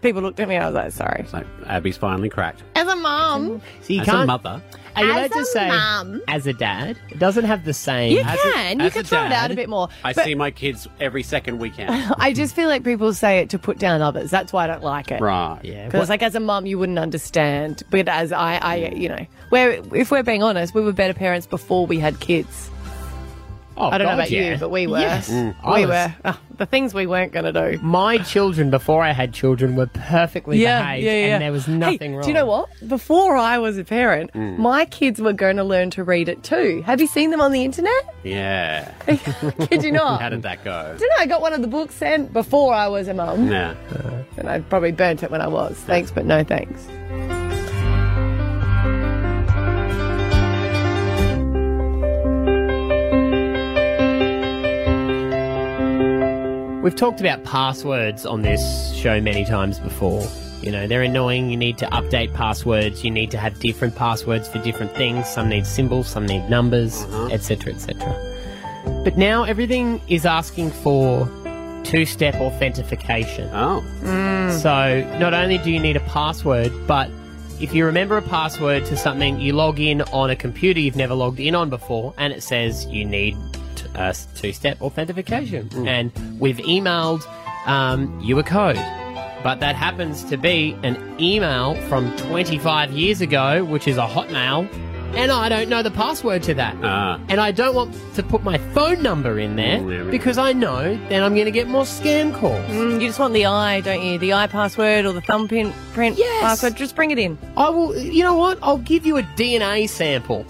People looked at me. I was like, sorry. Abby's finally cracked. As a mom. So you As can't. a mother. Are you As allowed a to say mum. as a dad? It doesn't have the same. You can. you as can a throw it out dad, a bit more. I But see my kids every second weekend. I just feel like people say it to put down others. That's why I don't like it. right. Yeah. Because, like, as a mum, you wouldn't understand. But as I, I you know, where if we're being honest, we were better parents before we had kids. Oh, I don't know God, about yeah. you, but we were. Yes. Mm. We I was- were. Oh, the things we weren't going to do. My children before I had children were perfectly Yeah, behaved, yeah, yeah. and there was nothing hey, wrong. Do you know what? Before I was a parent, Mm. my kids were going to learn to read it too. Have you seen them on the internet? Yeah. Kid you not. How did that go? Didn't I got one of the books sent before I was a mum? Nah. And I probably burnt it when I was. Thanks, but no thanks. We've talked about passwords on this show many times before. You know, they're annoying. You need to update passwords. You need to have different passwords for different things. Some need symbols, some need numbers, etc., etc. But now everything is asking for two step authentication. Oh. Mm. So not only do you need a password, but if you remember a password to something, you log in on a computer you've never logged in on before, and it says you need t- uh, two step authentication. Mm. And we've emailed um, you a code. But that happens to be an email from 25 years ago, which is a Hotmail, and I don't know the password to that. Ah. And I don't want to put my phone number in there Mm, yeah, we- because I know then I'm going to get more scam calls. Mm, you just want the eye, don't you? The eye password or the thumbprint print password. Just bring it in. I will. You know what? I'll give you a DNA sample.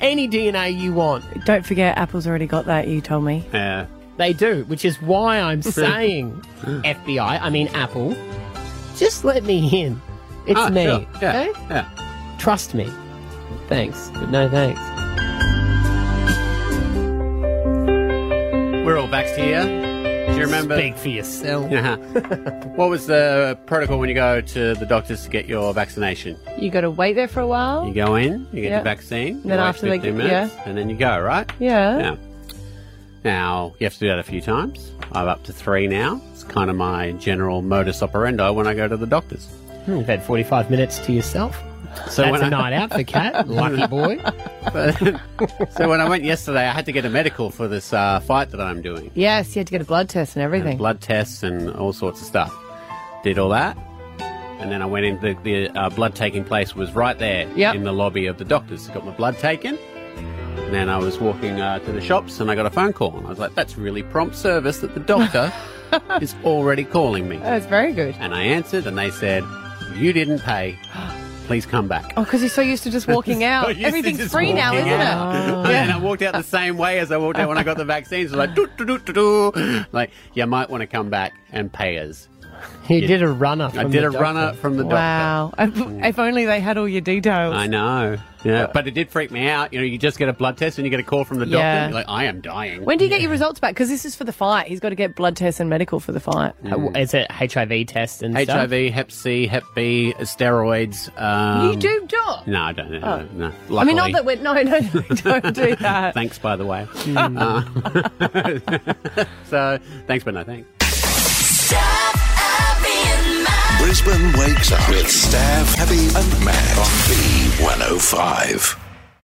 Any DNA you want. Don't forget, Apple's already got that. You told me. Yeah. They do, which is why I'm saying FBI, I mean Apple, just let me in. It's Ah, me. sure. Yeah, Okay? Yeah. Trust me. Thanks, but no thanks. We're all vaxxed here. Do you remember? Speak for yourself. Yeah. what was the protocol when you go to the doctors to get your vaccination? You got to wait there for a while. You go in, you get Yeah. the vaccine, Then you wait after they 15 get- minutes, and then you go, right? Yeah. Now you have to do that a few times. I'm up to three now. It's kind of my general modus operandi when I go to the doctors. Hmm, You've had 45 minutes to yourself. So That's when a I- night out for Cat. Lucky boy. so when I went yesterday, I had to get a medical for this uh, fight that I'm doing. Yes, you had to get a blood test and everything. blood tests and all sorts of stuff. Did all that, and then I went in. The, the uh, blood taking place was right there Yep. in the lobby of the doctors. Got my blood taken, and then I was walking uh, to the shops, and I got a phone call, and I was like, "That's really prompt service that the doctor is already calling me." That's Oh, very good. And I answered, and they said, "You didn't pay. Please come back." Oh, because you're so used to just walking So out. used to Oh, Everything's just free now, walking isn't it? out. And then I walked out the same way as I walked out when I got the vaccines. Like, doo, doo, doo, doo, doo. like you might want to come back and pay us. He did a runner. I from did the a runner doctor. from the Oh, Wow. If, if only they had all your details. doctor. Mm. I know. Yeah, but it did freak me out. You know, you just get a blood test and you get a call from the doctor. Yeah. You're like, I am dying. When do you get your results back? Because this is for the fight. He's got to get blood tests and medical for the fight. Mm. Is it HIV tests and stuff? HIV, Hep C, Hep B, steroids. Um, you do not. No, I don't. No, Oh. no, I mean, not Luckily. that we're no, no, no don't do that. Thanks, by the way. Mm. Uh, so, thanks, but no thanks. oh Brisbane wakes up with Stav, Abby, and Matt on B105.